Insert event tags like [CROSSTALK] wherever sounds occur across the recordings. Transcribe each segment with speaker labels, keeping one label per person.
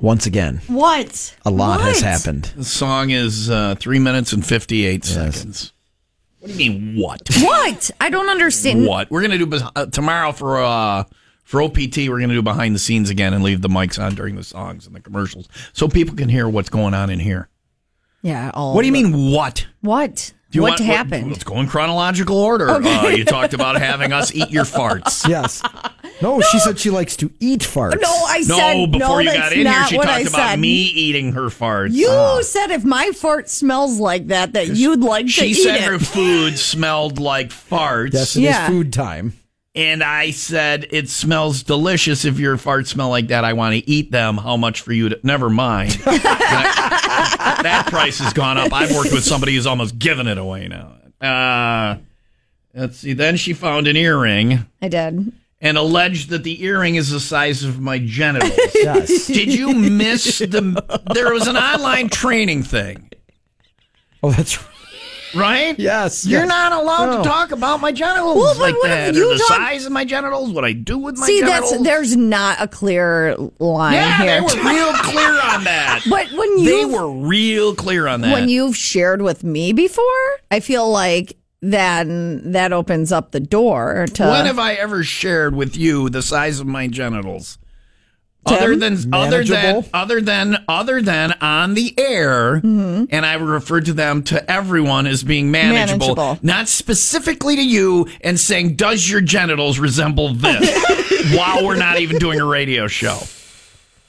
Speaker 1: Once again,
Speaker 2: What?
Speaker 1: a lot has
Speaker 2: What?
Speaker 1: happened.
Speaker 3: The song is uh, three minutes and 58
Speaker 1: Yes.
Speaker 3: seconds. What do you mean, what?
Speaker 2: [LAUGHS] What? I don't understand.
Speaker 3: what? We're going to do bes- uh, tomorrow for. Uh, for OPT, we're going to do behind the scenes again and leave the mics on during the songs and the commercials so people can hear what's going on in here.
Speaker 2: Yeah. All
Speaker 3: What do you mean, what?
Speaker 2: What?
Speaker 3: Do you
Speaker 2: what
Speaker 3: want-
Speaker 2: happened?
Speaker 3: let's go in chronological order. Uh, you talked about having us eat your
Speaker 2: [LAUGHS]
Speaker 1: [LAUGHS]
Speaker 3: farts.
Speaker 1: Yes. No, she said she likes to eat farts.
Speaker 2: no, I
Speaker 3: No,
Speaker 2: said
Speaker 3: before you
Speaker 2: that's
Speaker 3: got in here,
Speaker 2: not
Speaker 3: she
Speaker 2: what
Speaker 3: talked
Speaker 2: I
Speaker 3: about
Speaker 2: said.
Speaker 3: me eating her farts.
Speaker 2: You said if my fart smells like that, that you'd like to
Speaker 3: she
Speaker 2: eat
Speaker 3: said
Speaker 2: it.
Speaker 3: her food smelled like farts,
Speaker 1: Yes, it is
Speaker 2: Yeah.
Speaker 1: food time.
Speaker 3: and I said it smells delicious. If your farts smell like that, I want to eat them. How much for you to? Never
Speaker 2: [LAUGHS]
Speaker 3: mind. that, that price has gone up. I've worked with somebody who's almost given it away now. Uh, let's see. Then she found an earring.
Speaker 2: I did.
Speaker 3: and alleged that the earring is the size of my genitals.
Speaker 1: [LAUGHS] Yes.
Speaker 3: Did you miss the? There was an online training thing,
Speaker 1: oh, that's right.
Speaker 3: right?
Speaker 1: Yes,
Speaker 3: You're
Speaker 1: yes.
Speaker 3: not allowed
Speaker 1: No.
Speaker 3: to talk about my genitals
Speaker 2: Well, but
Speaker 3: like
Speaker 2: what
Speaker 3: that,
Speaker 2: if
Speaker 3: or
Speaker 2: you
Speaker 3: the
Speaker 2: talk-
Speaker 3: size of my genitals, what I do with my
Speaker 2: See,
Speaker 3: genitals.
Speaker 2: that's there's not a clear line
Speaker 3: yeah,
Speaker 2: here.
Speaker 3: they were real clear on that.
Speaker 2: but [LAUGHS] when
Speaker 3: they
Speaker 2: you
Speaker 3: were real clear on that.
Speaker 2: when you've shared with me before, I feel like then that opens up the door to
Speaker 3: when have I ever shared with you the size of my genitals?
Speaker 2: Tim?
Speaker 3: Other than other than
Speaker 1: Manageable?
Speaker 3: other than other than on the air,
Speaker 2: Mm-hmm.
Speaker 3: and I referred to them to everyone as being manageable,
Speaker 2: Manageable.
Speaker 3: not specifically to you, and saying, "Does your genitals resemble
Speaker 2: [LAUGHS]
Speaker 3: this?" while we're not even doing a radio show.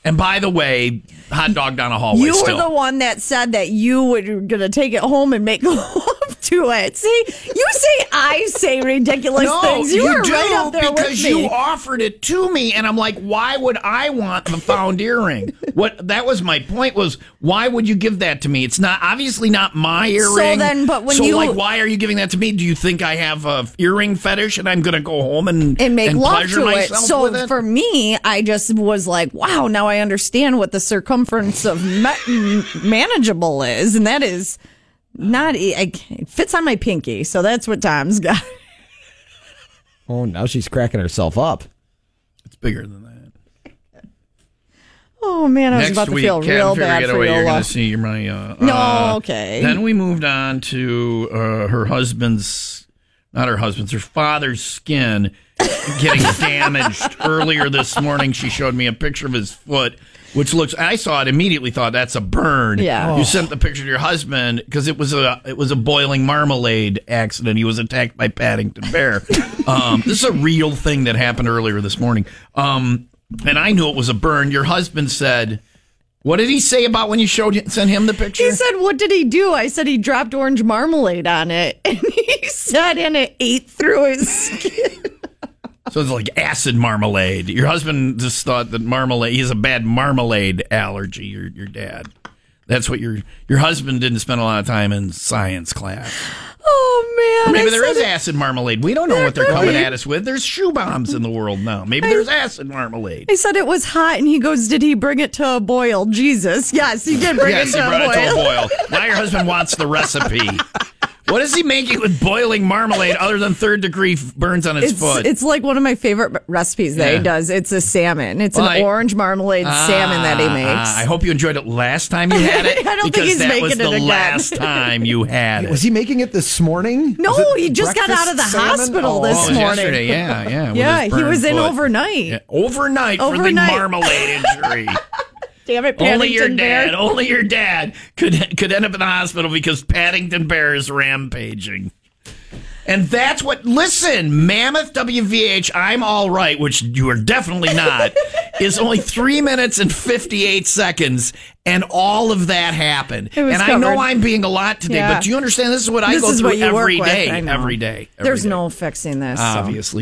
Speaker 3: And by the way, hot dog down a hallway.
Speaker 2: you
Speaker 3: still.
Speaker 2: were the one that said that you were gonna take it home and make [LAUGHS] love to it. See, you say I say ridiculous things. You, are
Speaker 3: do
Speaker 2: right up there
Speaker 3: because
Speaker 2: with
Speaker 3: you
Speaker 2: me.
Speaker 3: offered it to me, and I'm like, why would I want the found earring? What that was my point was, why would you give that to me? It's not obviously not my earring.
Speaker 2: then, but when
Speaker 3: so
Speaker 2: you-
Speaker 3: like, why are you giving that to me? Do you think I have a earring fetish, and I'm going to go home and
Speaker 2: and make love
Speaker 3: pleasure
Speaker 2: to it.
Speaker 3: myself
Speaker 2: So
Speaker 3: with it?
Speaker 2: for me, I just was like, wow, now I understand what the circumference of ma- m- manageable is, and that is not e- I can't- it fits on my pinky. So that's what Tom's got. [LAUGHS]
Speaker 1: Oh, now she's cracking herself up.
Speaker 3: it's bigger than that.
Speaker 2: Oh man, I was
Speaker 3: Next
Speaker 2: about to
Speaker 3: week,
Speaker 2: feel
Speaker 3: Captain
Speaker 2: real
Speaker 3: Fury
Speaker 2: bad for
Speaker 3: Getaway, you're
Speaker 2: Yola.
Speaker 3: to see my. Uh,
Speaker 2: No,
Speaker 3: uh,
Speaker 2: okay.
Speaker 3: Then we moved on to uh, her husband's, not her husband's, her father's skin
Speaker 2: [LAUGHS]
Speaker 3: getting damaged earlier this morning. She showed me a picture of his foot, which looks. I saw it immediately, thought that's a burn.
Speaker 2: Yeah.
Speaker 3: You sent the picture to your husband because it was a it was a boiling marmalade accident. He was attacked by
Speaker 2: [LAUGHS]
Speaker 3: Paddington Bear. um, this is a real thing that happened earlier this morning. Um, and I knew it was a burn. Your husband said. What did he say about when you showed him, sent him the picture?
Speaker 2: He said, "What did he do?" I said, "He dropped orange marmalade on it, [LAUGHS] and he said, and it ate through his skin."
Speaker 3: So it's like acid marmalade. Your husband just thought that marmalade. He has a bad marmalade allergy. Your your dad. That's what your your husband didn't spend a lot of time in science class.
Speaker 2: Oh man!
Speaker 3: Maybe
Speaker 2: I
Speaker 3: there is
Speaker 2: said-
Speaker 3: acid marmalade. We don't know what they're
Speaker 2: could
Speaker 3: coming
Speaker 2: be.
Speaker 3: at us with. There's shoe bombs in the world now. Maybe there's acid marmalade.
Speaker 2: I said it was hot, and he goes, "Did he bring it to a boil?" Jesus, yes, he did bring
Speaker 3: Yes,
Speaker 2: it
Speaker 3: he
Speaker 2: to
Speaker 3: brought
Speaker 2: a
Speaker 3: it to a
Speaker 2: boil.
Speaker 3: boil. Now your husband wants the recipe. What is he making with boiling marmalade other than third degree f- burns on his
Speaker 2: It's,
Speaker 3: foot?
Speaker 2: it's like one of my favorite recipes that
Speaker 3: Yeah.
Speaker 2: he does. It's a salmon. It's
Speaker 3: Well,
Speaker 2: an
Speaker 3: I-
Speaker 2: orange marmalade salmon that he
Speaker 3: Ah, I
Speaker 2: makes.
Speaker 3: hope you enjoyed it last time
Speaker 2: [LAUGHS]
Speaker 3: you had it.
Speaker 2: I don't think
Speaker 3: because
Speaker 2: he's
Speaker 3: that
Speaker 2: making
Speaker 3: was
Speaker 2: it
Speaker 3: the
Speaker 2: again.
Speaker 3: last time
Speaker 2: [LAUGHS]
Speaker 3: you had it.
Speaker 1: Was he making it this morning?
Speaker 2: No,
Speaker 1: Was it
Speaker 2: he just got
Speaker 1: breakfast
Speaker 2: out of the
Speaker 1: salmon?
Speaker 2: hospital
Speaker 1: Oh,
Speaker 2: this
Speaker 3: oh, it was
Speaker 2: morning.
Speaker 3: yesterday. Yeah, yeah.
Speaker 2: [LAUGHS]
Speaker 3: with
Speaker 2: yeah,
Speaker 3: his
Speaker 2: he
Speaker 3: burned
Speaker 2: was in
Speaker 3: foot.
Speaker 2: overnight.
Speaker 3: Yeah, overnight,
Speaker 2: Overnight.
Speaker 3: for
Speaker 2: [LAUGHS]
Speaker 3: the marmalade injury.
Speaker 2: Damn it, Paddington
Speaker 3: only your
Speaker 2: Bear.
Speaker 3: dad, Oh, only your dad could could end up in the hospital because Paddington Bear is rampaging. And that's what listen, Mammoth WVH, I'm all right, which you are
Speaker 2: [LAUGHS]
Speaker 3: definitely not, is only three minutes and fifty-eight seconds, and all of that happened.
Speaker 2: It was
Speaker 3: and I know
Speaker 2: covered.
Speaker 3: I'm being a lot today,
Speaker 2: Yeah.
Speaker 3: but do you understand this is what I
Speaker 2: This
Speaker 3: go
Speaker 2: is
Speaker 3: through
Speaker 2: what you work
Speaker 3: every
Speaker 2: with,
Speaker 3: day.
Speaker 2: I know.
Speaker 3: Every day. every
Speaker 2: There's
Speaker 3: day.
Speaker 2: no fixing this. so.
Speaker 3: obviously